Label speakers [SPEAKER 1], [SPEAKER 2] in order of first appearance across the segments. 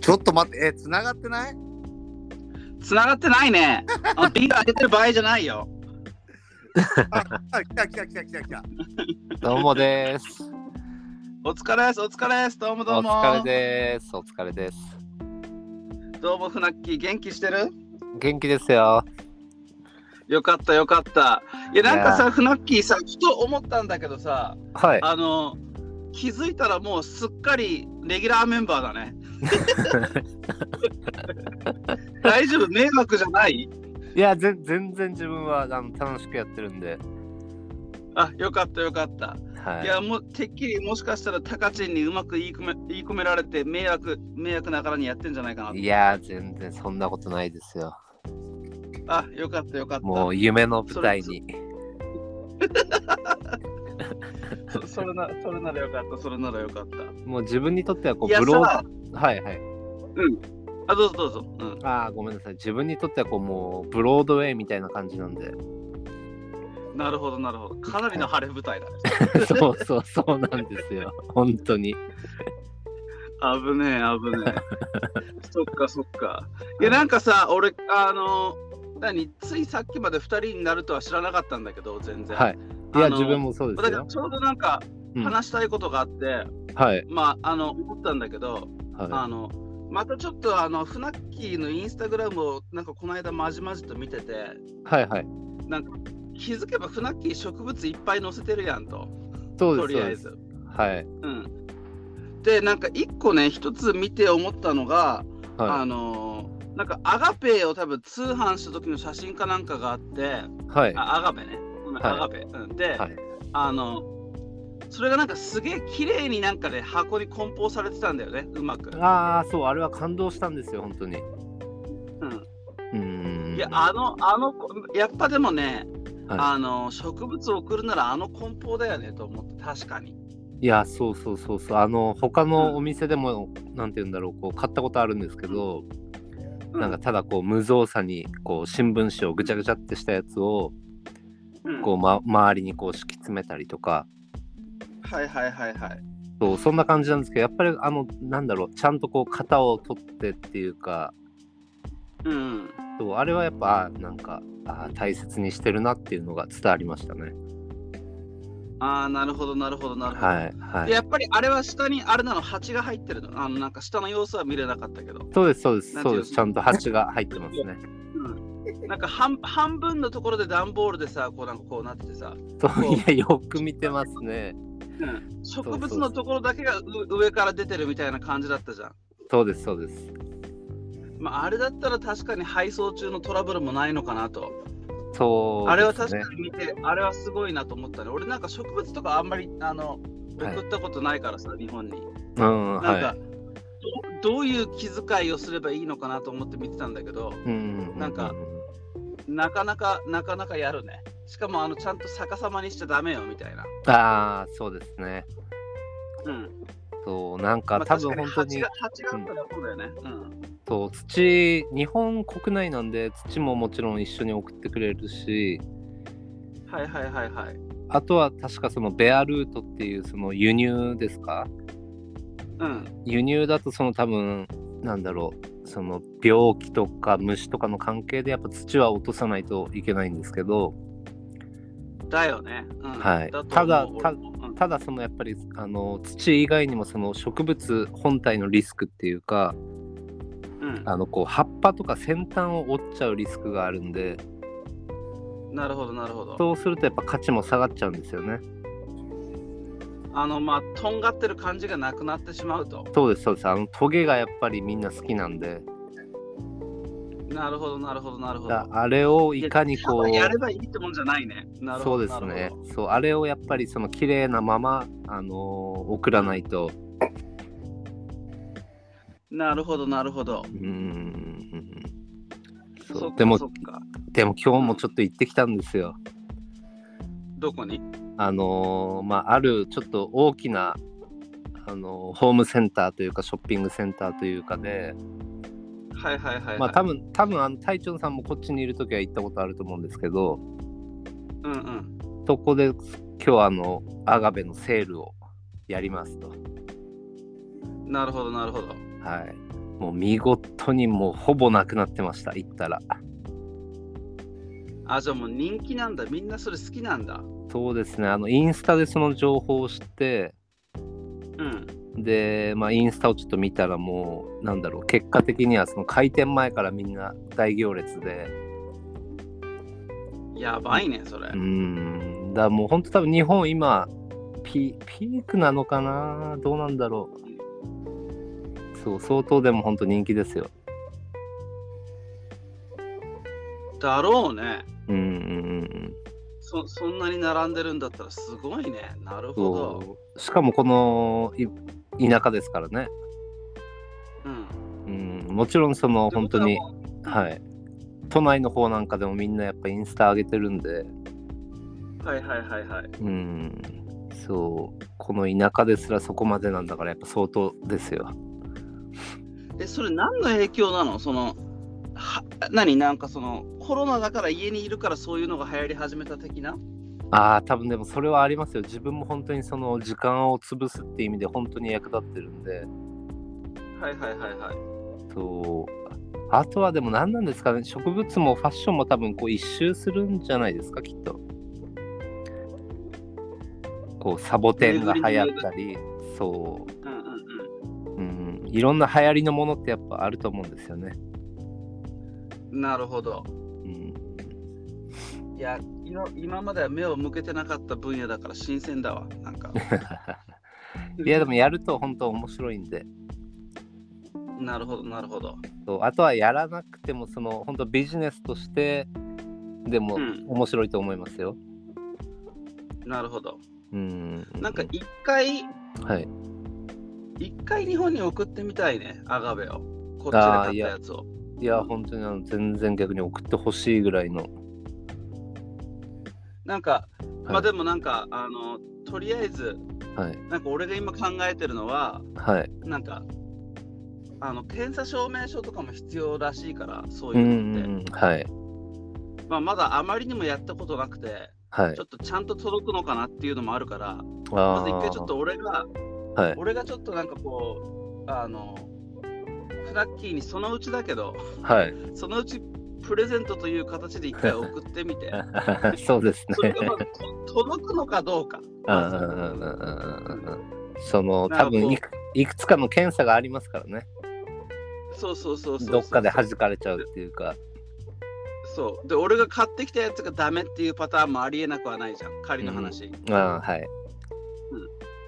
[SPEAKER 1] ちょっと待って、え、繋がってない
[SPEAKER 2] 繋がってないね。あ、ビール開けてる場合じゃないよ。
[SPEAKER 1] あ、来た来た来た来た来た。
[SPEAKER 3] どうもです。
[SPEAKER 2] お疲れです、お疲れです。どうもど
[SPEAKER 3] お
[SPEAKER 2] うも。
[SPEAKER 3] 疲れです。お疲れです。
[SPEAKER 2] どうも、ふなっきー、元気してる
[SPEAKER 3] 元気ですよ。
[SPEAKER 2] よかった、よかった。いや、なんか
[SPEAKER 3] い
[SPEAKER 2] さ、ふなっきーさ、ふと思ったんだけどさ、
[SPEAKER 3] はい。
[SPEAKER 2] あの、気づいたらもうすっかりレギュラーメンバーだ ね。大丈夫迷惑じゃない
[SPEAKER 3] いや、ぜ全然自分はあの楽しくやってるんで。
[SPEAKER 2] あ、よかった、よかった。
[SPEAKER 3] はいい。
[SPEAKER 2] やもうてっきりもしかしたらタカチンにうまく言い込め言い込められて迷惑迷惑ながらにやってんじゃないか
[SPEAKER 3] いや、全然そんなことないですよ。
[SPEAKER 2] な。あよかったよかった。
[SPEAKER 3] もう夢の舞台に。
[SPEAKER 2] そそれなそれならよかったそれならよかった。
[SPEAKER 3] もう自分にとってはこ
[SPEAKER 2] いうや
[SPEAKER 3] ブロー
[SPEAKER 2] さ
[SPEAKER 3] はいはい。
[SPEAKER 2] あどうぞどうぞ。うん、
[SPEAKER 3] ああ、ごめんなさい。自分にとってはこうもうブロードウェイみたいな感じなんで。
[SPEAKER 2] なるほどなるほどかなりの晴れ舞台 だね。
[SPEAKER 3] そうそうそうなんですよ。本当に。
[SPEAKER 2] 危ねえ危ねえ。 そっかそっか。いやなんかさ俺あの何ついさっきまで2人になるとは知らなかったんだけど全然。
[SPEAKER 3] はい。い
[SPEAKER 2] あ
[SPEAKER 3] や、
[SPEAKER 2] の
[SPEAKER 3] 自分もそうで
[SPEAKER 2] だ
[SPEAKER 3] す
[SPEAKER 2] から
[SPEAKER 3] よ。
[SPEAKER 2] ちょうどなんか
[SPEAKER 3] うんはい。
[SPEAKER 2] 話したいことがあって、
[SPEAKER 3] はい。
[SPEAKER 2] まああの思ったんだけど。あのまたちょっとあのフナッキーのインスタグラムをなんかこの間まじまじと見てて
[SPEAKER 3] はいはい。
[SPEAKER 2] 気づけばフナッキー植物いっぱい載せてるやんと
[SPEAKER 3] そう
[SPEAKER 2] と
[SPEAKER 3] です。
[SPEAKER 2] り
[SPEAKER 3] そ
[SPEAKER 2] あ
[SPEAKER 3] う
[SPEAKER 2] え
[SPEAKER 3] です。
[SPEAKER 2] ず。
[SPEAKER 3] はい。
[SPEAKER 2] うん、でなんか一個ね一つ見て思ったのが、
[SPEAKER 3] は
[SPEAKER 2] あのーなんかアガペを多分通販した時の写真かなんかがあって
[SPEAKER 3] い。はい。
[SPEAKER 2] あアガペね、ごめん
[SPEAKER 3] はい
[SPEAKER 2] アガペ、うん、で、
[SPEAKER 3] はい
[SPEAKER 2] あのそれがなんかすげえ綺麗になんかね箱に梱包されてたんだよねうまく。
[SPEAKER 3] ああ、そう、あれは感動したんですよ、本当に。
[SPEAKER 2] うん
[SPEAKER 3] うーん。
[SPEAKER 2] いや、あの、あの、やっぱでもね、
[SPEAKER 3] はい
[SPEAKER 2] あの、植物を送るならあの梱包だよねと思って、確かに。
[SPEAKER 3] いや、そうそうそうそう、あの、他
[SPEAKER 2] うん
[SPEAKER 3] のお店でも、なんて言うんだろう、こう買ったことあるんですけど。
[SPEAKER 2] うん
[SPEAKER 3] なんか、ただこう無造作に、こう新聞紙をぐちゃぐちゃってしたやつを、
[SPEAKER 2] うん
[SPEAKER 3] こう、ま、周りにこう敷き詰めたりとか。
[SPEAKER 2] はいはいはいはい。
[SPEAKER 3] そう、そんな感じなんですけど、やっぱり、あの、なんだろう、ちゃんとこう型を取ってっていうか。
[SPEAKER 2] うん。
[SPEAKER 3] そう、あれはやっぱ、あーなんか、あー大切にしてるなっていうのが伝わりましたね。
[SPEAKER 2] ああ、なるほどなるほどなるほど。
[SPEAKER 3] はい、は
[SPEAKER 2] で
[SPEAKER 3] い。
[SPEAKER 2] やっぱりあれは下にあれなの蜂が入ってるのあのなんか下の様子は見れなかったけど、
[SPEAKER 3] そうです、そうです、
[SPEAKER 2] なん
[SPEAKER 3] そ
[SPEAKER 2] てい
[SPEAKER 3] うう
[SPEAKER 2] の
[SPEAKER 3] です、ちゃんと鉢が入ってます ね。
[SPEAKER 2] うん、なんか半半分のところで段ボールでさこうなんかこうなっててさ、
[SPEAKER 3] そう
[SPEAKER 2] こう
[SPEAKER 3] いやよく見てますね。
[SPEAKER 2] うん、
[SPEAKER 3] そ
[SPEAKER 2] 植
[SPEAKER 3] う
[SPEAKER 2] 物のところだけがう上から出てるみたいな感じだったじゃん、
[SPEAKER 3] そうですそうです。
[SPEAKER 2] まあ、あれだったら確かに配送中のトラブルもないのかなと
[SPEAKER 3] そう、
[SPEAKER 2] あれは確か。に見て、あれはすごいなと思ったね。俺なんか植物とかあんまりあの
[SPEAKER 3] はい
[SPEAKER 2] 送ったことないからさ、日本に。
[SPEAKER 3] うん
[SPEAKER 2] なんか、
[SPEAKER 3] は
[SPEAKER 2] どどういう気遣いをすればいいのかなと思って見てたんだけど、
[SPEAKER 3] い。うん
[SPEAKER 2] なんか。なかなかなかなかやるね。しかもあのちゃんと逆さまにしちゃダメよみたいな。
[SPEAKER 3] ああそうですね。
[SPEAKER 2] うん。
[SPEAKER 3] そうなん
[SPEAKER 2] ま
[SPEAKER 3] か多分本当に
[SPEAKER 2] 蜂が蜂があったらそうだよね。うん。
[SPEAKER 3] そう土日本国内なんで土ももちろん一緒に送ってくれるし、
[SPEAKER 2] はいはいはいはい。
[SPEAKER 3] あとは確かそのベアルートっていうその輸入ですか？
[SPEAKER 2] うん。
[SPEAKER 3] 輸入だとその多分なんだろうその病気とか虫とかの関係でやっぱ土は落とさないといけないんですけど。
[SPEAKER 2] だよね。うん、
[SPEAKER 3] はい
[SPEAKER 2] と思う
[SPEAKER 3] ただ
[SPEAKER 2] 俺
[SPEAKER 3] た
[SPEAKER 2] もうん
[SPEAKER 3] ただそのやっぱりあの土以外にもその植物本体のリスクっていうか
[SPEAKER 2] うん
[SPEAKER 3] あのこう葉っぱとか先端を折っちゃうリスクがあるんで
[SPEAKER 2] なるほどなるほど。
[SPEAKER 3] そうするとやっぱ価値も下がっちゃうんですよね
[SPEAKER 2] あのまあとんがってる感じがなくなってしまうと。
[SPEAKER 3] そうですそうですあのトゲがやっぱりみんな好きなんで
[SPEAKER 2] なるほどなるほどなるほど
[SPEAKER 3] だ。あれをいかにこ
[SPEAKER 2] ただやれ
[SPEAKER 3] う
[SPEAKER 2] ばいいってもんじゃないね。なる
[SPEAKER 3] そ
[SPEAKER 2] ほ
[SPEAKER 3] う
[SPEAKER 2] ど
[SPEAKER 3] です
[SPEAKER 2] なる
[SPEAKER 3] ね
[SPEAKER 2] ほど
[SPEAKER 3] そうあれをやっぱりその綺麗なままあのー送らないと
[SPEAKER 2] なるほど、なるほど。
[SPEAKER 3] うんうんうんうん
[SPEAKER 2] そ
[SPEAKER 3] そ
[SPEAKER 2] っ
[SPEAKER 3] う
[SPEAKER 2] か
[SPEAKER 3] でも
[SPEAKER 2] そっか
[SPEAKER 3] でも今日もちょっと行ってきたんですよ
[SPEAKER 2] どこに
[SPEAKER 3] あのーまああるちょっと大きなあのーホームセンターというかショッピングセンターというかで、
[SPEAKER 2] はいはいはい、はい。
[SPEAKER 3] まあ多分多分あの隊長さんもこっちにいる時は行ったことあると思うんですけど
[SPEAKER 2] うんうん。
[SPEAKER 3] そこで今日あのアガベのセールをやりますと
[SPEAKER 2] なるほど、なるほど。
[SPEAKER 3] はいもう見事にもうほぼなくなってました行ったら
[SPEAKER 2] あ、じゃあもう人気なんだ。みんなそれ好きなんだ。
[SPEAKER 3] そうですねあのインスタでその情報を知って
[SPEAKER 2] うん。
[SPEAKER 3] で、まあ、インスタをちょっと見たらもうなんだろう結果的にはその開店前からみんな大行列で
[SPEAKER 2] やばいね、それ。
[SPEAKER 3] うーんだからもう本当多分日本今ピピークなのかなどうなんだろうそう相当でも本当人気ですよ
[SPEAKER 2] だろうね。
[SPEAKER 3] うんうん
[SPEAKER 2] そそんなに並んでるんだったらすごいね。なる
[SPEAKER 3] うん
[SPEAKER 2] ほど。
[SPEAKER 3] そうしかもこのい田舎ですからね、
[SPEAKER 2] うん。
[SPEAKER 3] うん、もちろんその本当にはい都内の方なんかでもみんなやっぱインスタ上げてるんで
[SPEAKER 2] はいはいはいはい。
[SPEAKER 3] うんそうこの田舎ですらそこまでなんだからやっぱ相当ですよ
[SPEAKER 2] え、それ何の影響なのその、は何なんかそのコロナだから家にいるからそういうのが流行り始めた的な
[SPEAKER 3] ああ多分でもそれはありますよ自分も本当にその時間を潰すっていう意味で本当に役立ってるんで
[SPEAKER 2] はいはいはいはい。
[SPEAKER 3] そうあとはでも何なんですかね植物もファッションも多分こう一周するんじゃないですかきっとこうサボテンが流行ったりそ
[SPEAKER 2] うんうんうん。
[SPEAKER 3] う、うん、いろんな流行りのものってやっぱあると思うんですよね、
[SPEAKER 2] なるほど。
[SPEAKER 3] うん、
[SPEAKER 2] いや今、今までは目を向けてなかった分野だから新鮮だわ。なん か。
[SPEAKER 3] いやでもやると本当面白いんで
[SPEAKER 2] なるほど、なるほど。
[SPEAKER 3] そうあとはやらなくてもその本当ビジネスとしてでも
[SPEAKER 2] うん
[SPEAKER 3] 面白いと思いますよ。
[SPEAKER 2] なるほど。
[SPEAKER 3] うん、
[SPEAKER 2] なんか一回、
[SPEAKER 3] はい、
[SPEAKER 2] 一回日本に送ってみたいね、アガベを。こっちで
[SPEAKER 3] あー
[SPEAKER 2] 買った
[SPEAKER 3] いや
[SPEAKER 2] やつを。
[SPEAKER 3] いや本当にあの全然逆に送ってほしいぐらいの、
[SPEAKER 2] なんか、ま
[SPEAKER 3] は
[SPEAKER 2] あ
[SPEAKER 3] い
[SPEAKER 2] でもなんか、あの、とりあえず、
[SPEAKER 3] はい
[SPEAKER 2] なんか俺が今考えてるのは、
[SPEAKER 3] はい、
[SPEAKER 2] なんか、あの検査証明書とかも必要らしいから、そう
[SPEAKER 3] う
[SPEAKER 2] い
[SPEAKER 3] ん
[SPEAKER 2] うのって、
[SPEAKER 3] うんうんはい
[SPEAKER 2] まあ、まだあまりにもやったことなくて、
[SPEAKER 3] はい
[SPEAKER 2] ちょっとちゃんと届くのかなっていうのもあるから、ま
[SPEAKER 3] あ
[SPEAKER 2] ず一回ちょっ
[SPEAKER 3] ー
[SPEAKER 2] と俺が、
[SPEAKER 3] はい
[SPEAKER 2] 俺がちょっとなんかこう、あの、フラッキーにそのうちだけど、
[SPEAKER 3] はい
[SPEAKER 2] そのうちプレゼントという形で一回送ってみ て、
[SPEAKER 3] そうです
[SPEAKER 2] それ
[SPEAKER 3] ね
[SPEAKER 2] が、まあ、と届くのかどうか。
[SPEAKER 3] うんうんうんうんうんうんうんその
[SPEAKER 2] な
[SPEAKER 3] 多
[SPEAKER 2] んかこう
[SPEAKER 3] 分いくいくつかの検査がありますからね
[SPEAKER 2] そうそうそうそう。
[SPEAKER 3] どっかで弾かれちゃうっていうか
[SPEAKER 2] そう。で、俺が買ってきたやつがダメっていうパターンもありえなくはないじゃん、仮の話。だか
[SPEAKER 3] あーはい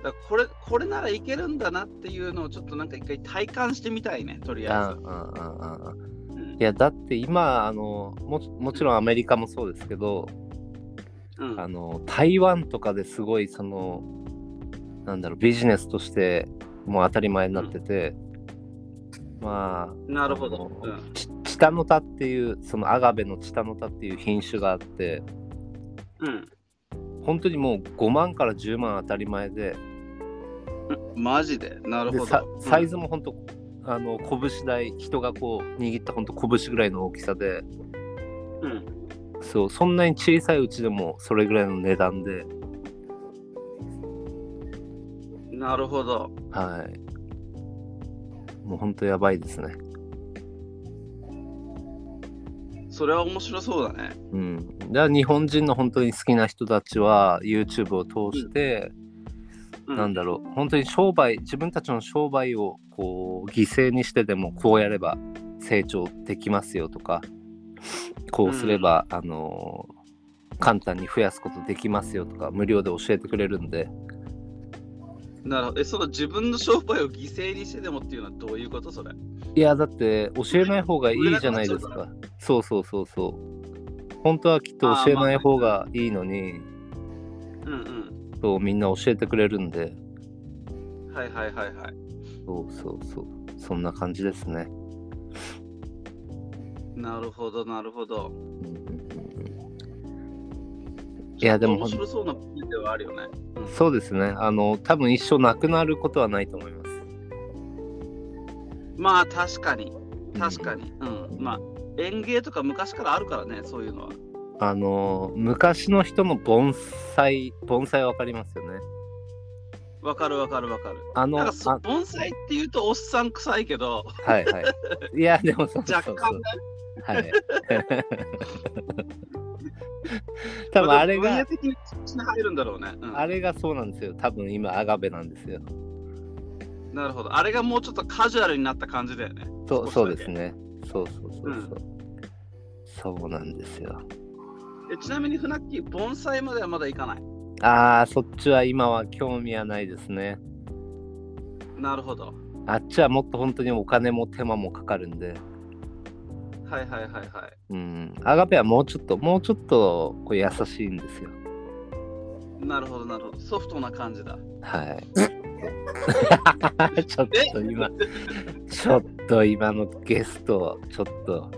[SPEAKER 2] らこれ、これならいけるんだなっていうのをちょっとなんか一回体感してみたいね、とり
[SPEAKER 3] あ
[SPEAKER 2] あ
[SPEAKER 3] ー
[SPEAKER 2] え
[SPEAKER 3] あーあーあー
[SPEAKER 2] ず。うん
[SPEAKER 3] いやだって今あのももちろんアメリカもそうですけど
[SPEAKER 2] うん
[SPEAKER 3] あの台湾とかですごいそのなんだろうビジネスとしてもう当たり前になってて、まあ
[SPEAKER 2] なるほ
[SPEAKER 3] あ
[SPEAKER 2] ど
[SPEAKER 3] の。
[SPEAKER 2] うん
[SPEAKER 3] チチタノタっていうそのアガベのチタノタっていう品種があって
[SPEAKER 2] うん。
[SPEAKER 3] 本当にもう5万から10万当たり前で
[SPEAKER 2] マジで。なる
[SPEAKER 3] で
[SPEAKER 2] ほ
[SPEAKER 3] さ
[SPEAKER 2] ど。
[SPEAKER 3] サイズも本当、あの拳大人がこう握った本当拳ぐらいの大きさで
[SPEAKER 2] うん。うん
[SPEAKER 3] そうそんなに小さいうちでもそれぐらいの値段で。
[SPEAKER 2] なるほど。
[SPEAKER 3] はい。もう本当やばいですね。
[SPEAKER 2] それは面白そうだね。
[SPEAKER 3] うん。だから日本人の本当に好きな人たちは YouTube を通して、
[SPEAKER 2] う
[SPEAKER 3] なんだろう、本当に商売、自分たちの商売をこう犠牲にしてでもこうやれば成長できますよとか、こうすれば、あのー簡単に増やすことできますよとか無料で教えてくれるんで
[SPEAKER 2] なるほど。え、その自分の商売を犠牲にしてでもっていうのはどういうことそれ
[SPEAKER 3] いやだって教えない方がいいじゃないです
[SPEAKER 2] 売れな
[SPEAKER 3] かそうそうそうそう本当はきっと教えない方がいいのに、
[SPEAKER 2] うん
[SPEAKER 3] そうみんな教えてくれるんで
[SPEAKER 2] うん。はいはいはいはい。
[SPEAKER 3] そうそうそうそんな感じですね。
[SPEAKER 2] なるほど、なるほど。
[SPEAKER 3] うんうんうんいやでも
[SPEAKER 2] ちょっと面白そうなプレゼンではあるよね。
[SPEAKER 3] そうですね。あの、多分一生なくなることはないと思います。
[SPEAKER 2] まあ、確かに。確かに。うん。まあ、園芸とか昔からあるからね、そういうのは。
[SPEAKER 3] あの、昔の人の盆栽、盆栽わかりますよね。
[SPEAKER 2] わかるわかるわかる。
[SPEAKER 3] あの、
[SPEAKER 2] なん
[SPEAKER 3] あ
[SPEAKER 2] かそ盆栽っていうとおっさん臭いけど、
[SPEAKER 3] はいはい。いや、でもそうそう
[SPEAKER 2] 若
[SPEAKER 3] そう。
[SPEAKER 2] 干ね。
[SPEAKER 3] はい。 多分あれ
[SPEAKER 2] まあ
[SPEAKER 3] が、
[SPEAKER 2] でも分野的に口に入るんだろうね。うん
[SPEAKER 3] あれがそうなんですよ。多分今、アガベなんですよ。
[SPEAKER 2] なるほど。あれがもうちょっとカジュアルになった感じだよね。
[SPEAKER 3] そう
[SPEAKER 2] 少
[SPEAKER 3] そ
[SPEAKER 2] しだ
[SPEAKER 3] う
[SPEAKER 2] け
[SPEAKER 3] ですね。そうそうそうそう。そうなんですよ。
[SPEAKER 2] えちなみにフナッキー、盆栽まではまだいかない。
[SPEAKER 3] ああ、そっちは今は興味はないですね。
[SPEAKER 2] なるほど。
[SPEAKER 3] あっちはもっと本当にお金も手間もかかるんで。
[SPEAKER 2] はいはいはいはい。
[SPEAKER 3] うん。アガベはもうちょっと、もうちょっとこう優しいんですよ。
[SPEAKER 2] なるほどなるほど。ソフトな感じだ。
[SPEAKER 3] はい。ちょっと今、ちょっと今のゲスト、ちょっと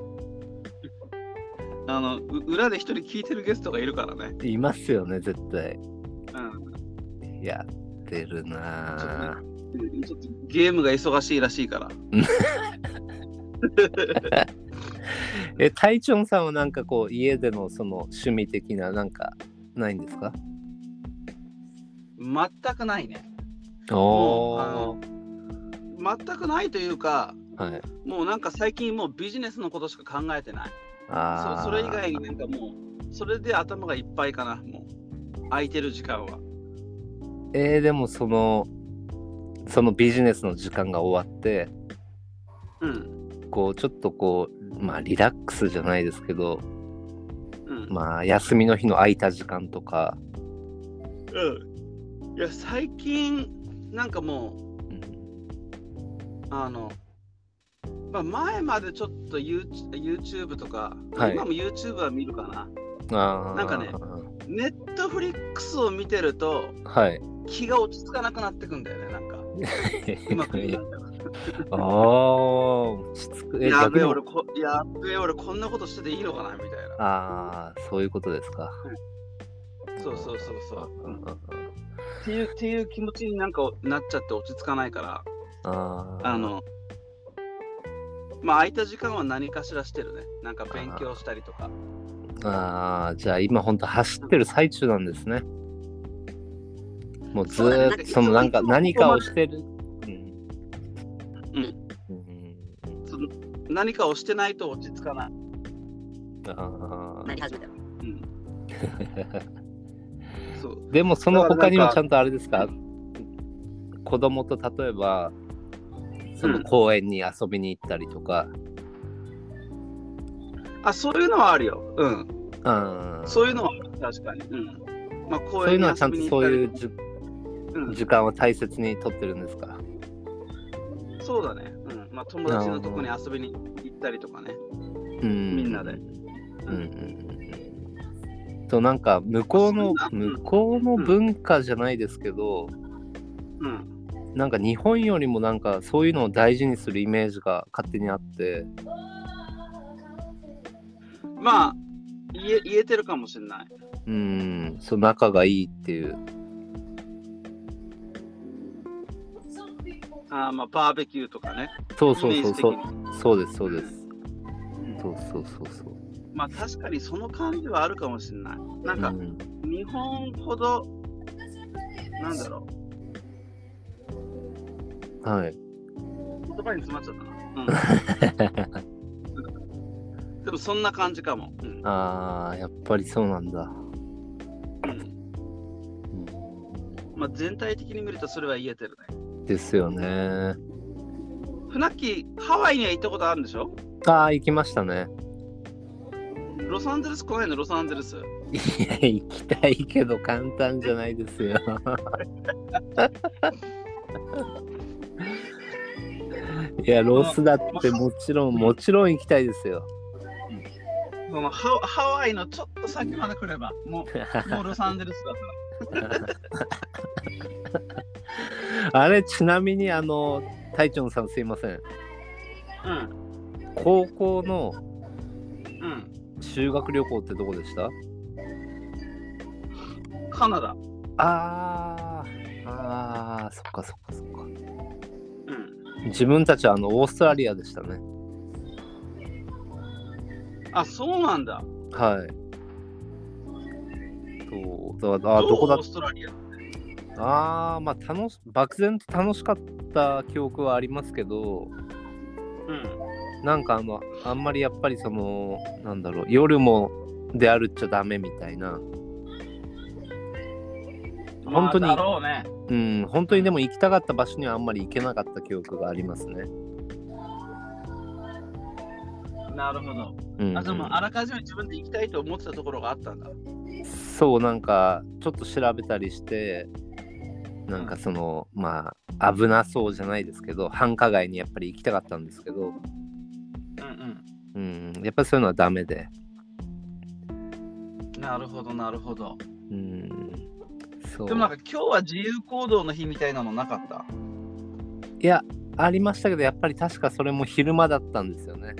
[SPEAKER 2] あのう裏で一人聞いてるゲストがいるからね。
[SPEAKER 3] いますよね、絶対。
[SPEAKER 2] う
[SPEAKER 3] やってるなぁ
[SPEAKER 2] ん。ちょっとゲームが忙しいらしいから。
[SPEAKER 3] え、タイチョンさんはなんかこう、家でのその趣味的ななんかないんですか
[SPEAKER 2] 全くないね。もうあ
[SPEAKER 3] お
[SPEAKER 2] の全くないというか、
[SPEAKER 3] ー。はい。
[SPEAKER 2] もうなんか最近もうビジネスのことしか考えてない。
[SPEAKER 3] あ
[SPEAKER 2] そ
[SPEAKER 3] あ。
[SPEAKER 2] それ以外になんかもう、それで頭がいっぱいかな、もう。空いてる時間は。
[SPEAKER 3] えーでもその、そのビジネスの時間が終わって、
[SPEAKER 2] うん。
[SPEAKER 3] こう、ちょっとこう、まあ、リラックスじゃないですけど、
[SPEAKER 2] うん。
[SPEAKER 3] まあ、休みの日の空いた時間とか、
[SPEAKER 2] うん。いや、最近、なんかも
[SPEAKER 3] う
[SPEAKER 2] う、
[SPEAKER 3] ん
[SPEAKER 2] あの、まあ、前までちょっと YouTube, YouTube とか、
[SPEAKER 3] はい
[SPEAKER 2] 今も YouTube は見るかな。
[SPEAKER 3] あー
[SPEAKER 2] なんかねネットフリックスを見てると
[SPEAKER 3] はい。
[SPEAKER 2] 気が落ち着かなくなってくんだよね、な んか。うまく言えないか
[SPEAKER 3] あ
[SPEAKER 2] ら
[SPEAKER 3] あ、落ち着く。
[SPEAKER 2] やべえ、
[SPEAKER 3] 逆
[SPEAKER 2] 俺
[SPEAKER 3] に
[SPEAKER 2] こ、やべえ、俺こんなことしてていいのかなみたいな。
[SPEAKER 3] ああ、そういうことですか。
[SPEAKER 2] そうそうそうそう。
[SPEAKER 3] うん
[SPEAKER 2] っていうっていう気持ちになんかなっちゃって落ち着かないから、
[SPEAKER 3] あー
[SPEAKER 2] あ、の、まあ空いた時間は何かしらしてるね。なんか勉強したりとか。
[SPEAKER 3] ああ、じゃあ今本当走ってる最中なんですね。もうず
[SPEAKER 2] そうだねな
[SPEAKER 3] ー
[SPEAKER 2] んか
[SPEAKER 3] っとそのなんか
[SPEAKER 2] いつもいつも
[SPEAKER 3] 何かをしてる。うん。
[SPEAKER 2] うん
[SPEAKER 3] うん。
[SPEAKER 2] その何かをしてないと落ち着かない。
[SPEAKER 3] あ
[SPEAKER 4] なり始めたの。
[SPEAKER 2] うん。そう。
[SPEAKER 3] あ。 でもその他にも
[SPEAKER 2] だ
[SPEAKER 3] ち
[SPEAKER 2] か
[SPEAKER 3] ゃんとあれですか子供と例えば、その公園に遊びに行ったりとか。
[SPEAKER 2] あ、そういうのはあるよ。うん。
[SPEAKER 3] うん。
[SPEAKER 2] そういうのはある確かに。うん。まあ、公
[SPEAKER 3] そういう
[SPEAKER 2] 園に
[SPEAKER 3] のはちゃん
[SPEAKER 2] 遊び
[SPEAKER 3] とそ
[SPEAKER 2] に行っ
[SPEAKER 3] う
[SPEAKER 2] た
[SPEAKER 3] い
[SPEAKER 2] り
[SPEAKER 3] うじ
[SPEAKER 2] うん
[SPEAKER 3] 時間を大切にとってるんですか
[SPEAKER 2] そうだね。うん。まあ、友達のとこに遊びに行ったりとかね。
[SPEAKER 3] うん
[SPEAKER 2] みんなで
[SPEAKER 3] うんうんうんとなんか向こうの
[SPEAKER 2] そんなうん
[SPEAKER 3] 向こうの文化じゃないですけど、
[SPEAKER 2] うん。
[SPEAKER 3] なんか日本よりもなんかそういうのを大事にするイメージが勝手にあって
[SPEAKER 2] まあ、言え言えてるかもしれない。
[SPEAKER 3] うんそう仲がいいっていう
[SPEAKER 2] あーまあ、バーベキューとかね。
[SPEAKER 3] そうそう
[SPEAKER 2] イメ
[SPEAKER 3] そ
[SPEAKER 2] ー
[SPEAKER 3] う
[SPEAKER 2] ジ的
[SPEAKER 3] そうそ
[SPEAKER 2] に
[SPEAKER 3] うですそうです
[SPEAKER 2] うん
[SPEAKER 3] そうそうそうそう
[SPEAKER 2] まあ、確かにその感じはあるかもしれない。なんか、
[SPEAKER 3] うん
[SPEAKER 2] 日本ほど、なんだろう。
[SPEAKER 3] はい
[SPEAKER 2] 言葉に詰まっちゃったな。 うん。でも、そんな感じかも。うん。
[SPEAKER 3] あーやっぱりそうなんだ、
[SPEAKER 2] まあ、全体的に見るとそれは言えてるね。
[SPEAKER 3] うんですよね
[SPEAKER 2] 船木、ハワイには行ったことあるんでしょ
[SPEAKER 3] ああ行きましたね
[SPEAKER 2] ロサンゼルス来ないのロサンゼルス。
[SPEAKER 3] いや行きたいけど簡単じゃないです よ。いやロスだってもちろんもちろん行きたいですよ。
[SPEAKER 2] そのハワハワイのちょっと先まで来れば、もうもうロサンゼルスだ
[SPEAKER 3] あれちなみにあのタイチョンさんすいません。
[SPEAKER 2] うん
[SPEAKER 3] 高校の
[SPEAKER 2] うん
[SPEAKER 3] 修学旅行ってどこでした
[SPEAKER 2] カナダ
[SPEAKER 3] あー、あー、そっかそっかそっか。
[SPEAKER 2] うん
[SPEAKER 3] 自分たちはあのオーストラリアでしたね。
[SPEAKER 2] あそうなんだ
[SPEAKER 3] はい。そう、だから、あー
[SPEAKER 2] う
[SPEAKER 3] どこだ
[SPEAKER 2] オーストラリア
[SPEAKER 3] あー、まあ楽し、漠然と楽しかった記憶はありますけど、
[SPEAKER 2] うん
[SPEAKER 3] なんかあの、あんまりやっぱりその、なんだろう、夜も出歩っちゃダメみたいな。本当に
[SPEAKER 2] まあだろうね
[SPEAKER 3] うん、本当にでも行きたかった場所にはあんまり行けなかった記憶がありますね。
[SPEAKER 2] なるほど
[SPEAKER 3] うん、
[SPEAKER 2] あじゃあもうあらかじめ自分で行きたいと思ってたところがあったんだ
[SPEAKER 3] そうなんかちょっと調べたりしてなんかそのまあ危なそうじゃないですけど繁華街にやっぱり行きたかったんですけど、
[SPEAKER 2] うん
[SPEAKER 3] うん、やっぱりそういうのはダメで、
[SPEAKER 2] うんなるほどなるほど
[SPEAKER 3] うん、そう
[SPEAKER 2] でもなんか今日は自由行動の日みたいなのなかった
[SPEAKER 3] いやありましたけどやっぱり確かそれも昼間だったんですよね。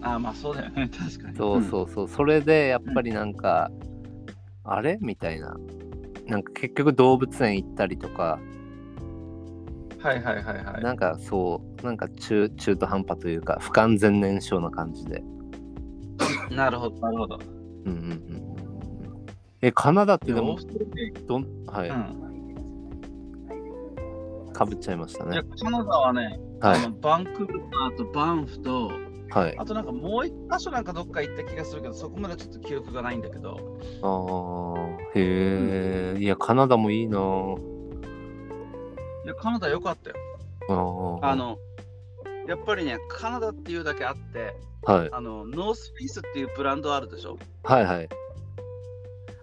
[SPEAKER 2] あーまあそうだよね 確かに
[SPEAKER 3] そうそうそう、それでやっぱりなんか、あれみたいななんか結局動物園行ったりとか、
[SPEAKER 2] うんはいはいはいはい
[SPEAKER 3] なんかそうなんか中中途半端というか不完全燃焼な感じで。
[SPEAKER 2] なるほどなるほど
[SPEAKER 3] うんうんうんうんえ、カナダってでも
[SPEAKER 2] オー、ストラリ
[SPEAKER 3] どん、はい
[SPEAKER 2] ア、うん
[SPEAKER 3] かぶっちゃいました
[SPEAKER 2] い
[SPEAKER 3] ね
[SPEAKER 2] や。カナダはね、
[SPEAKER 3] は
[SPEAKER 2] あ
[SPEAKER 3] い、
[SPEAKER 2] のバンクーバーとバンフと
[SPEAKER 3] はい。
[SPEAKER 2] あとなんかもう一箇所なんかどっか行った気がするけどそこまでちょっと記憶がないんだけど
[SPEAKER 3] あー、へえ、いや、カナダもいいなぁ
[SPEAKER 2] いやカナダ良かったよ
[SPEAKER 3] あー
[SPEAKER 2] あ、のやっぱりねカナダっていうだけあって
[SPEAKER 3] はい、
[SPEAKER 2] あのノースフェイスっていうブランドあるでしょ
[SPEAKER 3] はい、はい。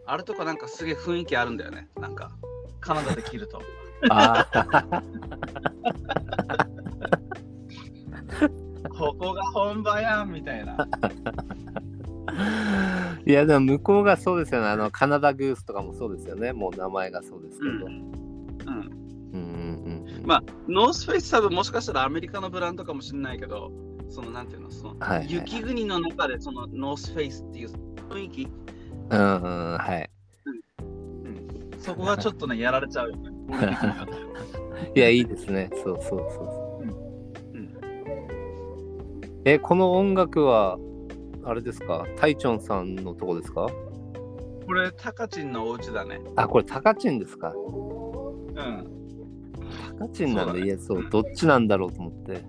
[SPEAKER 2] あれとかなんかすげえ雰囲気あるんだよねなんかカナダで着る と
[SPEAKER 3] あー
[SPEAKER 2] ここが本場やんみたいない
[SPEAKER 3] や、でも向こうがそうですよね。あの、カナダグースとかもそうですよね。もう名前がそうですけど。
[SPEAKER 2] う
[SPEAKER 3] う
[SPEAKER 2] ん
[SPEAKER 3] んうんうん。
[SPEAKER 2] まあノースフェイス多分もしかしたらアメリカのブランドかもしれないけどそのなんていうのその
[SPEAKER 3] はいはい
[SPEAKER 2] 雪国の中でそのノースフェイスっていう雰囲気
[SPEAKER 3] うんうん、はい。
[SPEAKER 2] そこがちょっとねやられちゃ うよね俺的には
[SPEAKER 3] いや、いいですね。そうそうそうそう。
[SPEAKER 2] うん
[SPEAKER 3] え、この音楽は、あれですかタイチョンさんのとこですか
[SPEAKER 2] これタカチンのお家だね
[SPEAKER 3] あ、これタカチンですか
[SPEAKER 2] うん
[SPEAKER 3] タカチンなん
[SPEAKER 2] そう
[SPEAKER 3] で、
[SPEAKER 2] だね
[SPEAKER 3] いや、そうう、
[SPEAKER 2] ん
[SPEAKER 3] どっちなんだろうと思って。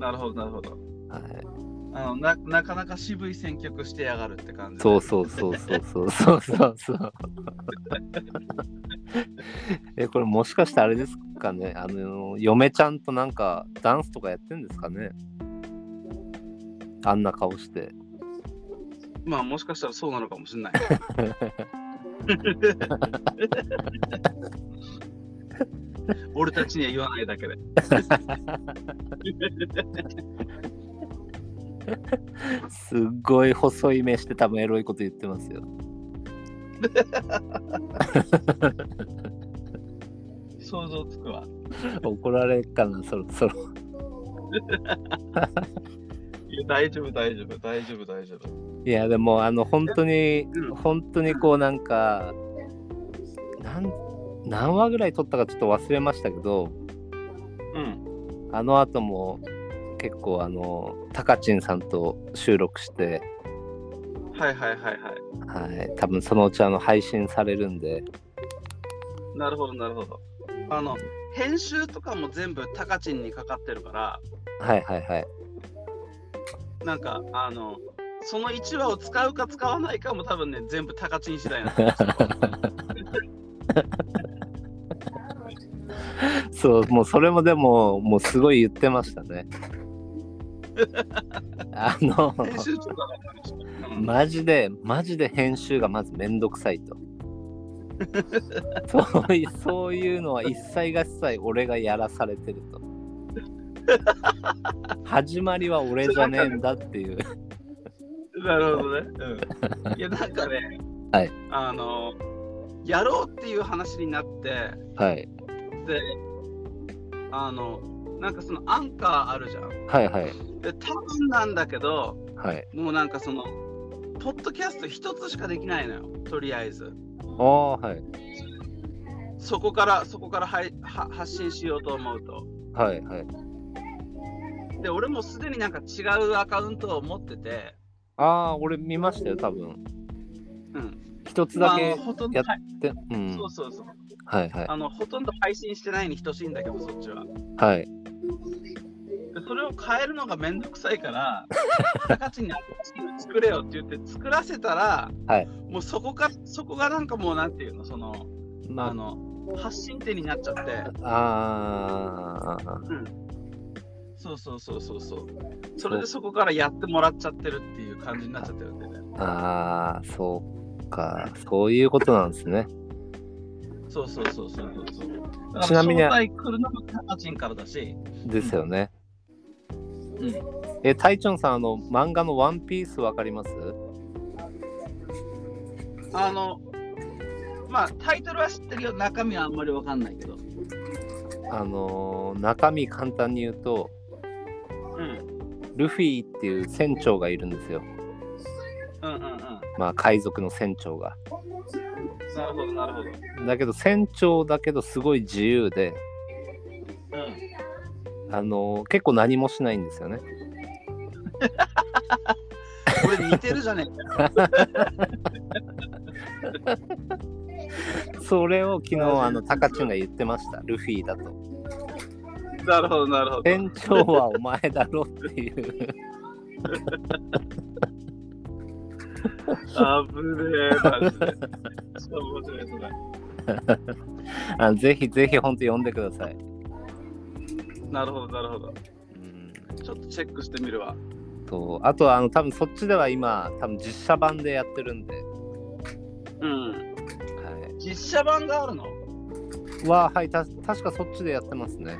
[SPEAKER 2] なるほどなるほど
[SPEAKER 3] はい、
[SPEAKER 2] あのななかなか渋い選曲してやがるって感じ
[SPEAKER 3] そうそうそうそうそうそうそうそう。え、これもしかしてあれですかねあの、嫁ちゃんとなんかダンスとかやってんですかねあんな顔して。
[SPEAKER 2] まあもしかしたらそうなのかもしれ ない俺たちには言わないだけで
[SPEAKER 3] すっごい細い目して多分エロいこと言ってますよ。
[SPEAKER 2] 想像つくわ
[SPEAKER 3] 怒られっかな、そろそろ。
[SPEAKER 2] いや大丈夫大丈夫大丈夫大丈夫
[SPEAKER 3] いや、でも、あの、本当に
[SPEAKER 2] うん、
[SPEAKER 3] 本当にこう、なんか、なん何話ぐらい撮ったかちょっと忘れましたけど、
[SPEAKER 2] うん
[SPEAKER 3] あの後も結構、あの、タカチンさんと収録して、
[SPEAKER 2] はいはいはいは
[SPEAKER 3] はい、多分そのうちあの配信されるんで、
[SPEAKER 2] いなるほどなるほどあの編集とかも全部タカチンにかかってるから
[SPEAKER 3] はいはいはい。
[SPEAKER 2] なんかあのその1話を使うか使わないかも多分ね全部タカチン次第 なんですよ
[SPEAKER 3] そう、もうそれもでも、もうすごい言ってましたね。あの、
[SPEAKER 2] 編集長だからねうん
[SPEAKER 3] マジで、マジで編集がまずめんどくさいと。そういうそういうのは一切合切俺がやらされてると。始まりは俺じゃねえんだっていう。
[SPEAKER 2] なるほどね。うん、いやなんかね、
[SPEAKER 3] はい
[SPEAKER 2] あのやろうっていう話になって
[SPEAKER 3] はい。
[SPEAKER 2] で、あのなんかそのアンカーあるじゃん
[SPEAKER 3] はいはい
[SPEAKER 2] で多分なんだけど
[SPEAKER 3] はい。
[SPEAKER 2] もうなんかそのポッドキャスト一つしかできないのよとりあえず
[SPEAKER 3] ああはい
[SPEAKER 2] そこからそこからはいは発信しようと思うと
[SPEAKER 3] はいはい。
[SPEAKER 2] で俺もすでになんか違うアカウントを持ってて
[SPEAKER 3] ああ俺見ましたよ多分。
[SPEAKER 2] うん
[SPEAKER 3] 一つだけ
[SPEAKER 2] まあほとんど
[SPEAKER 3] やっ
[SPEAKER 2] はい
[SPEAKER 3] でうん
[SPEAKER 2] そうそうそう
[SPEAKER 3] はいはい
[SPEAKER 2] あのほとんど配信してないに等しいんだけどそっちは
[SPEAKER 3] はい。
[SPEAKER 2] でそれを変えるのがめんどくさいから付加価値に新しいの作れよって言って作らせたら、
[SPEAKER 3] はい
[SPEAKER 2] もうそこかそこがなんかもうなんていうのそのあ
[SPEAKER 3] ま
[SPEAKER 2] の発信点になっちゃって
[SPEAKER 3] あああ
[SPEAKER 2] そうそうそうそうそうそれでそこからやってもらっちゃってるっていう感じになっちゃってるんでね
[SPEAKER 3] ああそうかそういうことなんですね。
[SPEAKER 2] そうそうそうそうそうそうだから
[SPEAKER 3] ちなみに
[SPEAKER 2] 招待来るのもタカチンからだし
[SPEAKER 3] ですよね。
[SPEAKER 2] うん
[SPEAKER 3] えタイチョンさんあの漫画のワンピースわかります？
[SPEAKER 2] あのまあタイトルは知ってるよ中身はあんまりわかんないけど
[SPEAKER 3] あのー中身簡単に言うと
[SPEAKER 2] うん
[SPEAKER 3] ルフィっていう船長がいるんですよ。
[SPEAKER 2] うんうんうん
[SPEAKER 3] まあ海賊の船長が。
[SPEAKER 2] なるほどなるほど
[SPEAKER 3] だけど船長だけどすごい自由で、
[SPEAKER 2] うん
[SPEAKER 3] あのー結構何もしないんですよね。
[SPEAKER 2] 俺似てるじゃねえか
[SPEAKER 3] それを昨日
[SPEAKER 2] なるほど
[SPEAKER 3] あのタカチュンが言ってました。ルフィだと。
[SPEAKER 2] なるほど、なるほど。
[SPEAKER 3] 船長はお前だろっていう。
[SPEAKER 2] あぶねえ、マジで。しかも面白いそれ
[SPEAKER 3] あぜひぜひ本当読んでください。
[SPEAKER 2] なるほど、なるほど。
[SPEAKER 3] うん
[SPEAKER 2] ちょっとチェックしてみるわ。
[SPEAKER 3] とあとはあの多分そっちでは今多分実写版でやってるんで、
[SPEAKER 2] うん。
[SPEAKER 3] は
[SPEAKER 2] 実写版があるの
[SPEAKER 3] い、ははいた確かそっちでやってますね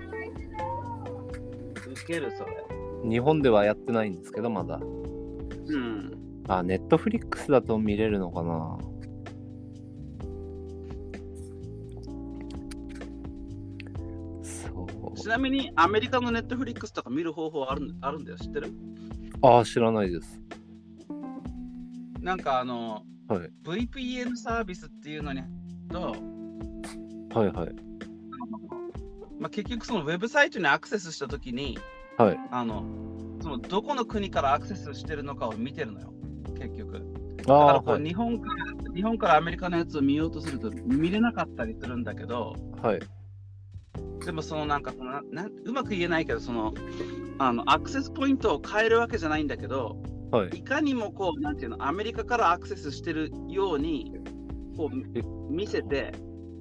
[SPEAKER 2] 受ける、それ。
[SPEAKER 3] 日本ではやってないんですけどまだ
[SPEAKER 2] うん。
[SPEAKER 3] あネットフリックスだと見れるのかなそう
[SPEAKER 2] ちなみに、アメリカのネットフリックスとか見る方法あるあるんだよ。知ってる
[SPEAKER 3] ああ知らないです
[SPEAKER 2] なんか、あの、
[SPEAKER 3] はい
[SPEAKER 2] VPN サービスっていうのにと、
[SPEAKER 3] はいはい
[SPEAKER 2] まあ、結局、そのウェブサイトにアクセスしたときに、
[SPEAKER 3] はい
[SPEAKER 2] あの、そのどこの国からアクセスしてるのかを見てるのよ、結局。
[SPEAKER 3] あ
[SPEAKER 2] だか
[SPEAKER 3] あ
[SPEAKER 2] らこ
[SPEAKER 3] は
[SPEAKER 2] う
[SPEAKER 3] い
[SPEAKER 2] 日本から、日本からアメリカのやつを見ようとすると見れなかったりするんだけど、
[SPEAKER 3] はい
[SPEAKER 2] でもそのなんかそのななんうまく言えないけどそのあのアクセスポイントを変えるわけじゃないんだけど、
[SPEAKER 3] はい
[SPEAKER 2] いかにもこうなんていうのアメリカからアクセスしてるようにこ
[SPEAKER 3] え
[SPEAKER 2] う見せて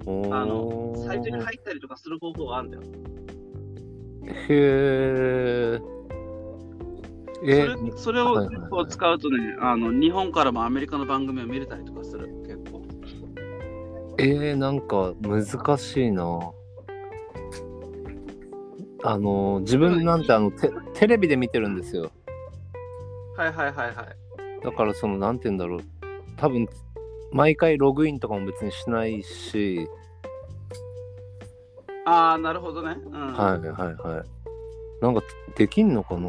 [SPEAKER 3] お
[SPEAKER 2] あの
[SPEAKER 3] ー
[SPEAKER 2] サイトに入ったりとかする方法があるんだよ。
[SPEAKER 3] へえ
[SPEAKER 2] そ
[SPEAKER 3] え
[SPEAKER 2] れそれ
[SPEAKER 3] は
[SPEAKER 2] を
[SPEAKER 3] いはいはい
[SPEAKER 2] こう使うとねあの日本からもアメリカの番組を見れたりとかする結構。
[SPEAKER 3] えー、なんか難しいなあの自分なんてあのテテレビで見てるんですよ
[SPEAKER 2] はいはいはいはい。
[SPEAKER 3] だからそのなんて言うんだろう多分毎回ログインとかも別にしないし、
[SPEAKER 2] ああなるほどね。うん
[SPEAKER 3] はいはいはいなんかできんのかな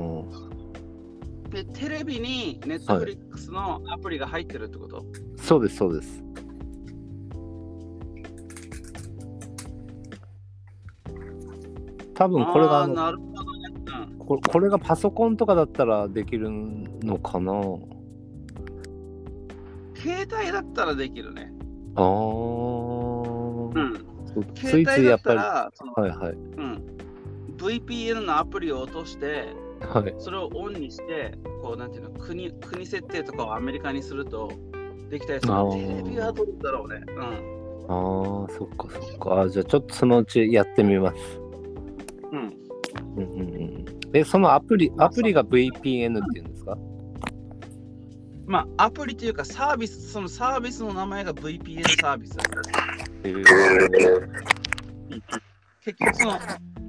[SPEAKER 2] でテレビに Netflix のアプリが入ってるってこと、
[SPEAKER 3] そうですそうです多分これが
[SPEAKER 2] あ
[SPEAKER 3] あ
[SPEAKER 2] ー
[SPEAKER 3] の
[SPEAKER 2] なるほどね。
[SPEAKER 3] ここれがパソコンとかだったらできるのかな
[SPEAKER 2] うん、携帯だったらできるね。
[SPEAKER 3] あー、
[SPEAKER 2] ん。
[SPEAKER 3] つ
[SPEAKER 2] 携
[SPEAKER 3] いつい
[SPEAKER 2] 帯だ
[SPEAKER 3] や
[SPEAKER 2] っ
[SPEAKER 3] ったぱり。
[SPEAKER 2] ら、その
[SPEAKER 3] はいはい。
[SPEAKER 2] うん、VPN のアプリを落として、
[SPEAKER 3] はい。
[SPEAKER 2] それをオンにして、こうなんていうの国、国設定とかをアメリカにするとできたりする
[SPEAKER 3] あ。ー
[SPEAKER 2] テレビはどうだろうね。うん。
[SPEAKER 3] あー、そっかそっか。あーじゃあちょっとそのうちやってみます。
[SPEAKER 2] うん、
[SPEAKER 3] うんうんうん。え、そのアプリ、アプリが VPN っていうんですか
[SPEAKER 2] まあ、アプリというかサービス、そのサービスの名前が VPN サービス。
[SPEAKER 3] えー
[SPEAKER 2] 結局その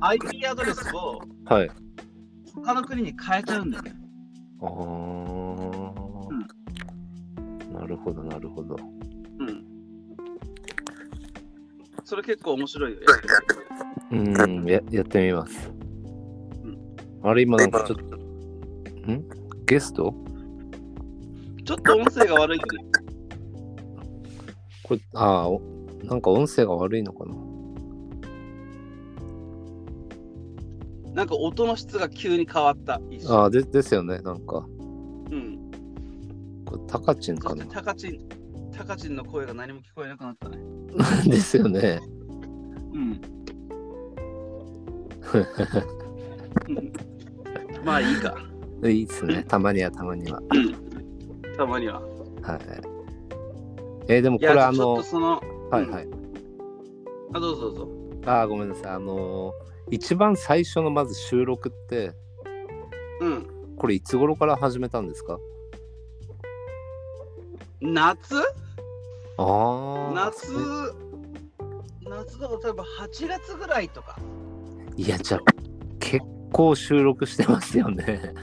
[SPEAKER 2] IP アドレスを
[SPEAKER 3] はい。
[SPEAKER 2] 他の国に変えちゃうんだよね。
[SPEAKER 3] あーなるほどなるほど。
[SPEAKER 2] うん。それ結構面白いよ。
[SPEAKER 3] うん、ややってみます。あれ、今なんかちょっと、んゲスト
[SPEAKER 2] ちょっと音声が悪いんで、
[SPEAKER 3] これ、ああ、おなんか音声が悪いのかな
[SPEAKER 2] なんか音の質が急に変わった。一瞬
[SPEAKER 3] ああ、でですよね、なんか。
[SPEAKER 2] うん。
[SPEAKER 3] これ、タカチン
[SPEAKER 2] そ
[SPEAKER 3] か
[SPEAKER 2] して
[SPEAKER 3] な
[SPEAKER 2] タカチン、タカチンの声が何も聞こえなくなったね。
[SPEAKER 3] ですよね。
[SPEAKER 2] うん。うんまあいいか。
[SPEAKER 3] いいっすね。たまにはたまには。
[SPEAKER 2] たまには。
[SPEAKER 3] はい。えーでも
[SPEAKER 2] い
[SPEAKER 3] これ
[SPEAKER 2] や、
[SPEAKER 3] あ
[SPEAKER 2] ちょっ
[SPEAKER 3] の
[SPEAKER 2] と、その、
[SPEAKER 3] はいはい。
[SPEAKER 2] あ、どうぞどうぞ。
[SPEAKER 3] ああ、ごめんなさい。あのー一番最初のまず収録って、
[SPEAKER 2] うん。
[SPEAKER 3] これいつ頃から始めたんですか
[SPEAKER 2] 夏
[SPEAKER 3] ああ。
[SPEAKER 2] 夏、夏だから多分8月ぐらいとか。
[SPEAKER 3] いや、じゃあ、結構収録してますよね。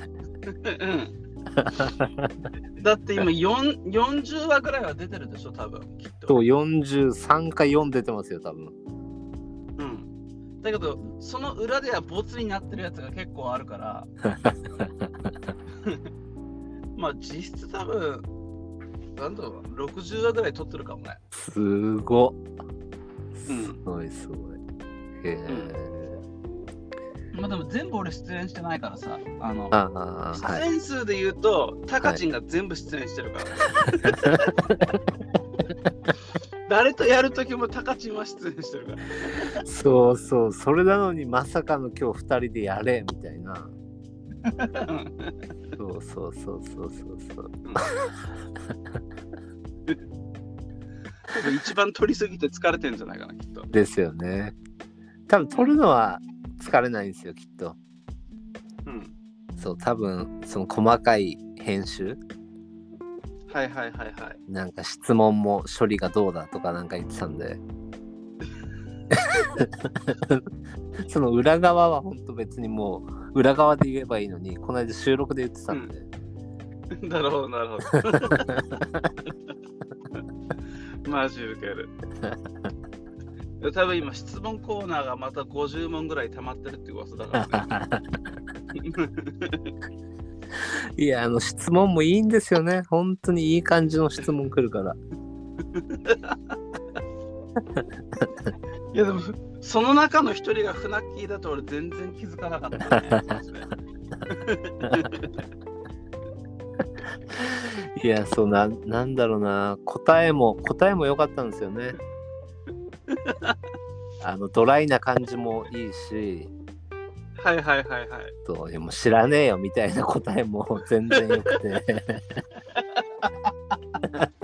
[SPEAKER 2] うんだって今4 40話ぐらいは出てるでしょ、多分きっと。
[SPEAKER 3] と、43か4出てますよ、多分。
[SPEAKER 2] うん、だけど、その裏ではボツになってるやつが結構あ るから。まあ実質多分、なんだろうな、60話ぐらい撮ってるかもね。
[SPEAKER 3] すごっ。
[SPEAKER 2] うん
[SPEAKER 3] すごい、すごい。へえ。
[SPEAKER 2] まあでも全部俺出演してないからさ、あの、
[SPEAKER 3] ああ、は
[SPEAKER 2] 出
[SPEAKER 3] い。
[SPEAKER 2] 演数で言うと、タカチンが全部出演してるから。 誰とやるときもタカチンは出演してるから。
[SPEAKER 3] そうそう、それなのにまさかの今日2人でやれ、みたいな。そうそうそうそうそうそう。
[SPEAKER 2] 一番取りすぎて疲れてんじゃないかな、きっと。
[SPEAKER 3] ですよね。多分撮るのは疲れないんですよ、きっと。
[SPEAKER 2] うん。
[SPEAKER 3] そう、多分その細かい編集、
[SPEAKER 2] はいはいはいはい。
[SPEAKER 3] なんか質問も処理がどうだとかなんか言ってたんで。 その裏側は本当別にもう裏側で言えばいいのにこの間収録で言ってたんで、
[SPEAKER 2] なるほど、なるほど。 マジウケる。多分今、質問コーナーがまた50問ぐらい溜まってるって噂だからね。
[SPEAKER 3] いやあの質問もいいんですよね本当にいい感じの質問来るから
[SPEAKER 2] いや、でも、その中の一人がフナッキーだと俺全然気づかなかった、ね。
[SPEAKER 3] いやそうななんだろうな答えも答えも良かったんですよねあのドライな感じもいいし
[SPEAKER 2] はいはいはいはい。
[SPEAKER 3] といやもう知らねえよみたいな答えも 全然良くて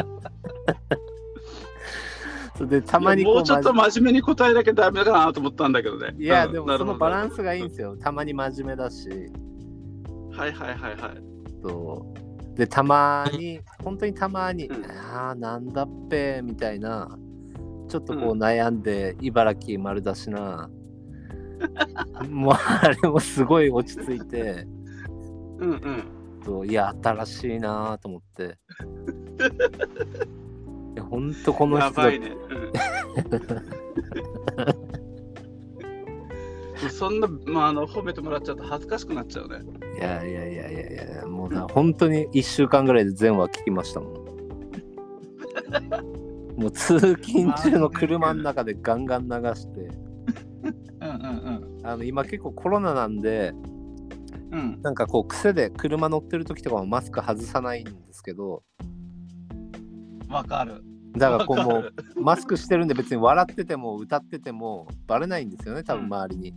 [SPEAKER 3] それでたまにこう
[SPEAKER 2] もうちょっと
[SPEAKER 3] ま
[SPEAKER 2] 真面目に答えなきゃダメかなと思ったんだけどね。
[SPEAKER 3] いや
[SPEAKER 2] うん
[SPEAKER 3] で
[SPEAKER 2] な
[SPEAKER 3] も
[SPEAKER 2] る
[SPEAKER 3] そ
[SPEAKER 2] ほ
[SPEAKER 3] の
[SPEAKER 2] ど
[SPEAKER 3] バランスがいいんですよたまに真面目だし
[SPEAKER 2] はいはいはいはい。
[SPEAKER 3] そうでたまに本当にたまに「
[SPEAKER 2] うん
[SPEAKER 3] ああなんだっぺ」みたいなちょっとこう
[SPEAKER 2] う
[SPEAKER 3] 悩んで、茨城丸出しなもうあれもすごい落ち着いて
[SPEAKER 2] うんうん。
[SPEAKER 3] といや新しいなーと思って いやほんとこの
[SPEAKER 2] や
[SPEAKER 3] 人
[SPEAKER 2] ばいね。うん そんな、まあ、あの褒めてもらっちゃうと恥ずかしくなっちゃうね。
[SPEAKER 3] いやいやいやいやいやもうな本当に1週間ぐらいで全話聞きました もんもう通勤中の車の中でガンガン流して
[SPEAKER 2] うんうん
[SPEAKER 3] あの今結構コロナなんで
[SPEAKER 2] うん。うん。
[SPEAKER 3] なんかこう癖で車乗ってる時とかもマスク外さないんですけど
[SPEAKER 2] わかる。
[SPEAKER 3] だからこう
[SPEAKER 2] わか
[SPEAKER 3] も
[SPEAKER 2] る
[SPEAKER 3] うマスクしてるんで別に笑ってても歌っててもバレないんですよね多分周りに、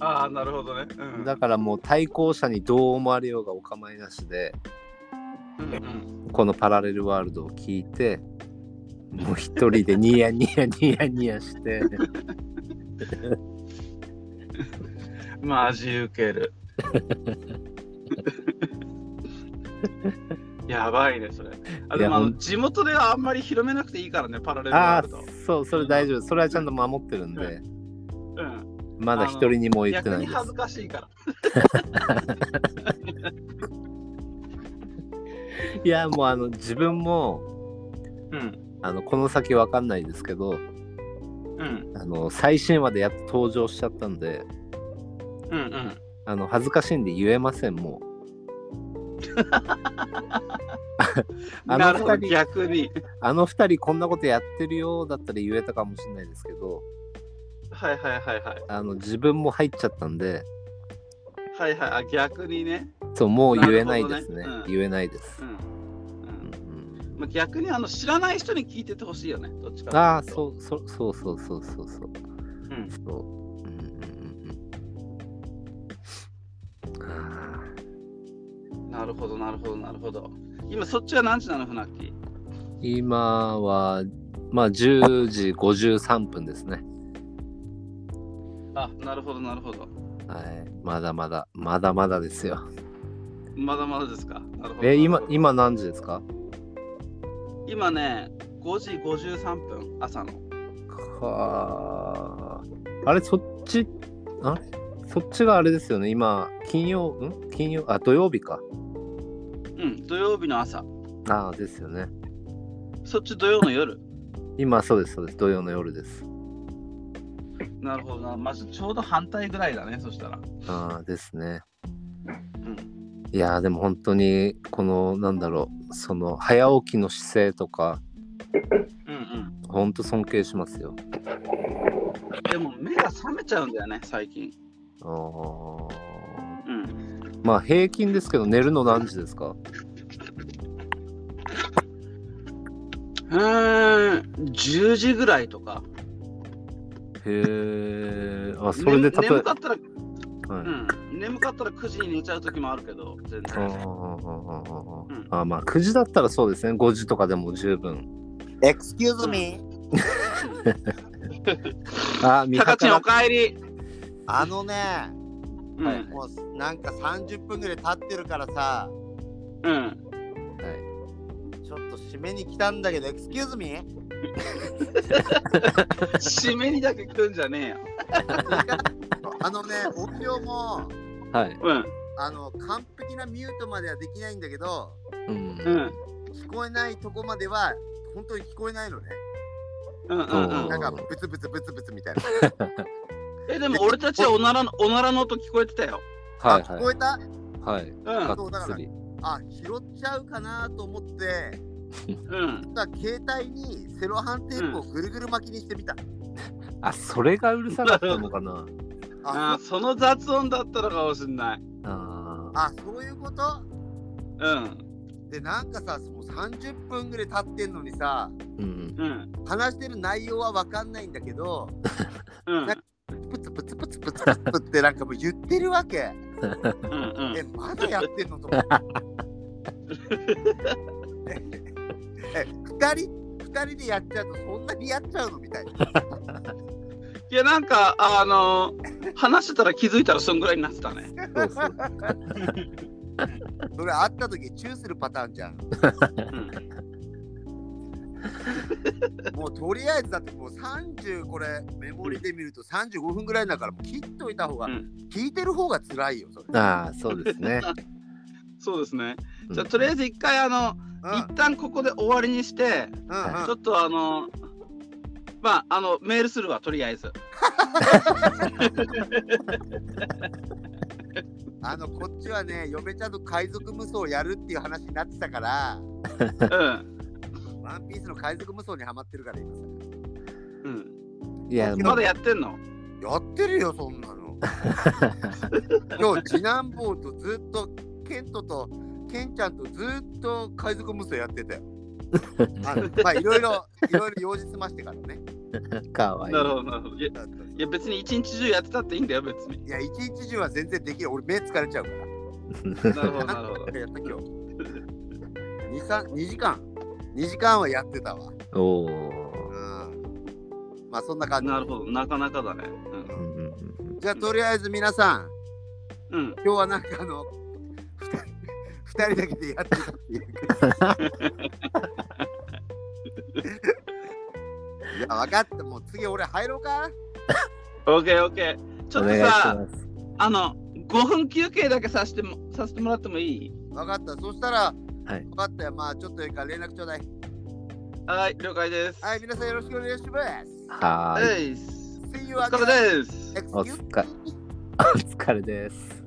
[SPEAKER 2] ああ、なるほどね。うん。
[SPEAKER 3] だからもう対向車にどう思われようがお構いなしで
[SPEAKER 2] うんうん
[SPEAKER 3] このパラレルワールドを聞いてもう一人でニヤニヤニヤニヤして
[SPEAKER 2] マジウ ケる。やばいね、それ。あでもあ
[SPEAKER 3] いやほ
[SPEAKER 2] の
[SPEAKER 3] ん
[SPEAKER 2] 地元ではあんまり広めなくていいからね、パラレルワ
[SPEAKER 3] あ
[SPEAKER 2] ールド
[SPEAKER 3] あ。そうそれ大丈夫それはちゃんと守ってるんで
[SPEAKER 2] うん
[SPEAKER 3] まだ一人にも言ってな
[SPEAKER 2] 逆
[SPEAKER 3] い
[SPEAKER 2] に
[SPEAKER 3] です
[SPEAKER 2] 恥ずかしいから。
[SPEAKER 3] いやもうあの自分も
[SPEAKER 2] うん。
[SPEAKER 3] あのこの先わかんないですけど
[SPEAKER 2] うん
[SPEAKER 3] あの最新話でやっと登場しちゃったんで
[SPEAKER 2] うんうん
[SPEAKER 3] あの恥ずかしいんで言えませんもうあの
[SPEAKER 2] なるほど
[SPEAKER 3] 二人
[SPEAKER 2] 逆に
[SPEAKER 3] あの2人こんなことやってるよだったら言えたかもしれないですけど
[SPEAKER 2] はいはいはいはい
[SPEAKER 3] あの自分も入っちゃったんで
[SPEAKER 2] はいはいあ逆にね
[SPEAKER 3] そうもう言えないですね
[SPEAKER 2] なるほどねうん
[SPEAKER 3] 言えないです
[SPEAKER 2] う、ん、
[SPEAKER 3] うん
[SPEAKER 2] うんまあ、逆にあの知らない人に聞いててほしいよねどっちか
[SPEAKER 3] ああ
[SPEAKER 2] う、
[SPEAKER 3] そうそうそうそうそうそうそう
[SPEAKER 2] うん、
[SPEAKER 3] そう。うんうんうんうん。あ
[SPEAKER 2] なるほどなるほどなるほど今そっちは何時なの船木
[SPEAKER 3] ー今は、まあ、10時53分ですね。
[SPEAKER 2] あなるほどなるほど
[SPEAKER 3] はい。まだまだ、まだまだですよ。
[SPEAKER 2] まだまだですかなるほど
[SPEAKER 3] え、
[SPEAKER 2] な
[SPEAKER 3] 今
[SPEAKER 2] る、ほど
[SPEAKER 3] 今何時ですか
[SPEAKER 2] 今ね5時53分朝の
[SPEAKER 3] かあれ、そっち、あれそっちがあれですよね。今、金曜、ん金曜、あ、土曜日か。
[SPEAKER 2] うん土曜日の朝
[SPEAKER 3] ああ、ですよね。
[SPEAKER 2] そっち土曜の夜
[SPEAKER 3] 今、そうです、そうです。土曜の夜です。
[SPEAKER 2] なるほどなまずちょうど反対ぐらいだねそしたら
[SPEAKER 3] ああ、ですね。
[SPEAKER 2] うん
[SPEAKER 3] いやーでも本当にこのなんだろうその早起きの姿勢とか
[SPEAKER 2] うん
[SPEAKER 3] 本当尊敬しますよ。
[SPEAKER 2] うんでも目が覚めちゃうんだよね最近
[SPEAKER 3] あー
[SPEAKER 2] うん
[SPEAKER 3] まあ平均ですけど寝るの何時ですか
[SPEAKER 2] うーん10時ぐらいとか
[SPEAKER 3] へえあそれで
[SPEAKER 2] ね
[SPEAKER 3] 例え
[SPEAKER 2] 眠かった
[SPEAKER 3] ば、
[SPEAKER 2] ら、う
[SPEAKER 3] はい
[SPEAKER 2] ん、眠かったら9時に寝ちゃう時もあるけど全
[SPEAKER 3] あーあーあ
[SPEAKER 2] 然
[SPEAKER 3] ー
[SPEAKER 2] うん
[SPEAKER 3] あーまあ9時だったらそうですね5時とかでも十分
[SPEAKER 1] Excuse me、
[SPEAKER 3] あー見
[SPEAKER 2] タ
[SPEAKER 3] 計
[SPEAKER 2] カちゃん
[SPEAKER 3] ら
[SPEAKER 2] おかえり、
[SPEAKER 1] あのね、
[SPEAKER 2] うん
[SPEAKER 3] はい
[SPEAKER 1] もうなんか30分ぐらい経ってるからさ、
[SPEAKER 2] うん
[SPEAKER 3] はい
[SPEAKER 1] ちょっと締めに来たんだけど、Excuse me?
[SPEAKER 2] 締めにだけ来んじゃねえよ
[SPEAKER 1] あのね、 音量も、
[SPEAKER 3] はい
[SPEAKER 2] うん
[SPEAKER 1] あの、完璧なミュートまではできないんだけど、
[SPEAKER 3] う
[SPEAKER 2] うんん
[SPEAKER 1] 聞こえないとこまでは、本当に聞こえないのね。
[SPEAKER 2] うんうんう
[SPEAKER 1] なん
[SPEAKER 2] ん
[SPEAKER 1] か、ブツブツブツブツみたいな。
[SPEAKER 2] えでも俺たちはおならのおならの音聞こえてたよ
[SPEAKER 1] あ、
[SPEAKER 3] はい
[SPEAKER 1] 聞こ
[SPEAKER 3] は
[SPEAKER 1] えた
[SPEAKER 3] いはい
[SPEAKER 2] うん
[SPEAKER 3] が
[SPEAKER 1] そうだ
[SPEAKER 3] っ
[SPEAKER 1] か
[SPEAKER 3] つ
[SPEAKER 1] ら
[SPEAKER 3] り
[SPEAKER 1] あ、拾っちゃうかなと思って、
[SPEAKER 2] うん
[SPEAKER 1] だから携帯にセロハンテープをぐるぐる巻きにしてみた。
[SPEAKER 3] あそれがうるさかったのかな
[SPEAKER 2] あ
[SPEAKER 1] あ
[SPEAKER 2] ーその雑音だったのかもしんない
[SPEAKER 3] あ
[SPEAKER 1] あ、そういうこと
[SPEAKER 2] うん
[SPEAKER 1] で、なんかさ、もう30分ぐらい経ってんのにさ、
[SPEAKER 3] ーうん
[SPEAKER 2] うん
[SPEAKER 1] 話してる内容は分かんないんだけど、
[SPEAKER 2] うん
[SPEAKER 1] なプツプツプツプツプツって なんかもう言ってるわけ。
[SPEAKER 2] うんうん
[SPEAKER 1] え、まだやってんのと思 って。え、2人。二人でやっちゃうとそんなにやっちゃうのみたいな。
[SPEAKER 2] いやなんかあのー話してたら気づいたらそんぐらいになってた ね
[SPEAKER 3] そうそう
[SPEAKER 1] それ会った時チューするパターンじゃん。
[SPEAKER 2] うん
[SPEAKER 1] もうとりあえずだってもう30これメモリで見ると35分ぐらいだからもう切っといた方が、
[SPEAKER 2] うん
[SPEAKER 1] 聞いてる方が辛いよそれ。
[SPEAKER 3] ああそうです ね
[SPEAKER 2] そうですね
[SPEAKER 3] うん
[SPEAKER 2] じゃあとりあえず一回あの
[SPEAKER 1] うん
[SPEAKER 2] 一旦ここで終わりにして
[SPEAKER 1] うん
[SPEAKER 2] ちょっとあのまああのメールするわとりあえず
[SPEAKER 1] うんあのこっちはね嫁ちゃんと海賊無双をやるっていう話になってたから
[SPEAKER 2] うん
[SPEAKER 1] ワンピースの海賊無双にはまってるから今さ
[SPEAKER 2] うん
[SPEAKER 3] いやも
[SPEAKER 2] ま
[SPEAKER 3] う
[SPEAKER 2] だやってんの
[SPEAKER 1] やってるよそんなの 今日次男坊とずっとケントとケンちゃんとずっと海賊無双やってたよあのまあいろいろいろいろ用事済ましてからね
[SPEAKER 3] かわいい
[SPEAKER 2] なるほどなるほどいや
[SPEAKER 1] だった
[SPEAKER 2] いや別に一日中やってたっていいんだよ別に
[SPEAKER 1] いや、一日中は全然できる。俺、目疲れちゃうから。
[SPEAKER 2] なるほどなるほど
[SPEAKER 1] やった今日。2, 3 2時間。2時間はやってたわ。う
[SPEAKER 3] おお
[SPEAKER 1] ん。まあ、そんな感じ。
[SPEAKER 2] なるほどなかなかだねうん
[SPEAKER 3] ー。うんうんうん
[SPEAKER 1] じゃあ、とりあえず皆さん、
[SPEAKER 2] うん
[SPEAKER 1] 今日はなんかあの、2人だけでやってたっ ていう。いや、分かった。もう次俺入ろうか。
[SPEAKER 2] オッケーオッケーちょ
[SPEAKER 3] お
[SPEAKER 2] っ
[SPEAKER 3] 願
[SPEAKER 2] と
[SPEAKER 3] いし
[SPEAKER 2] さ
[SPEAKER 3] ます。
[SPEAKER 2] あの5分休憩だけさせてもさせてもらってもいい
[SPEAKER 1] 分かった。そしたら、
[SPEAKER 3] はい
[SPEAKER 1] 分かったよ。まあ、ちょっといいから連絡ちょうだい。
[SPEAKER 2] はい了解です
[SPEAKER 1] はい、皆さんよろしくお願いします。
[SPEAKER 3] はーい。
[SPEAKER 2] です。
[SPEAKER 1] See you
[SPEAKER 2] お疲
[SPEAKER 1] again.
[SPEAKER 2] れです。
[SPEAKER 3] お
[SPEAKER 1] Excuse
[SPEAKER 3] 疲れお疲れです。